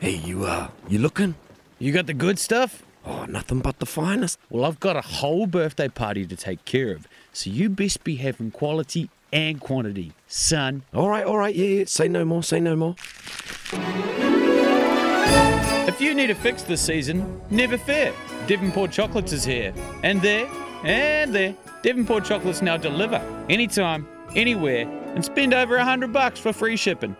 Hey, you uh, you looking? You got the good stuff? Oh, nothing but the finest. Well, I've got a whole birthday party to take care of, so you best be having quality and quantity, son. All right, all right, yeah, yeah. Say no more, say no more. If you need a fix this season, never fear. Devonport Chocolates is here. And there, and there. Devonport Chocolates now deliver anytime, anywhere, and spend over a hundred bucks for free shipping.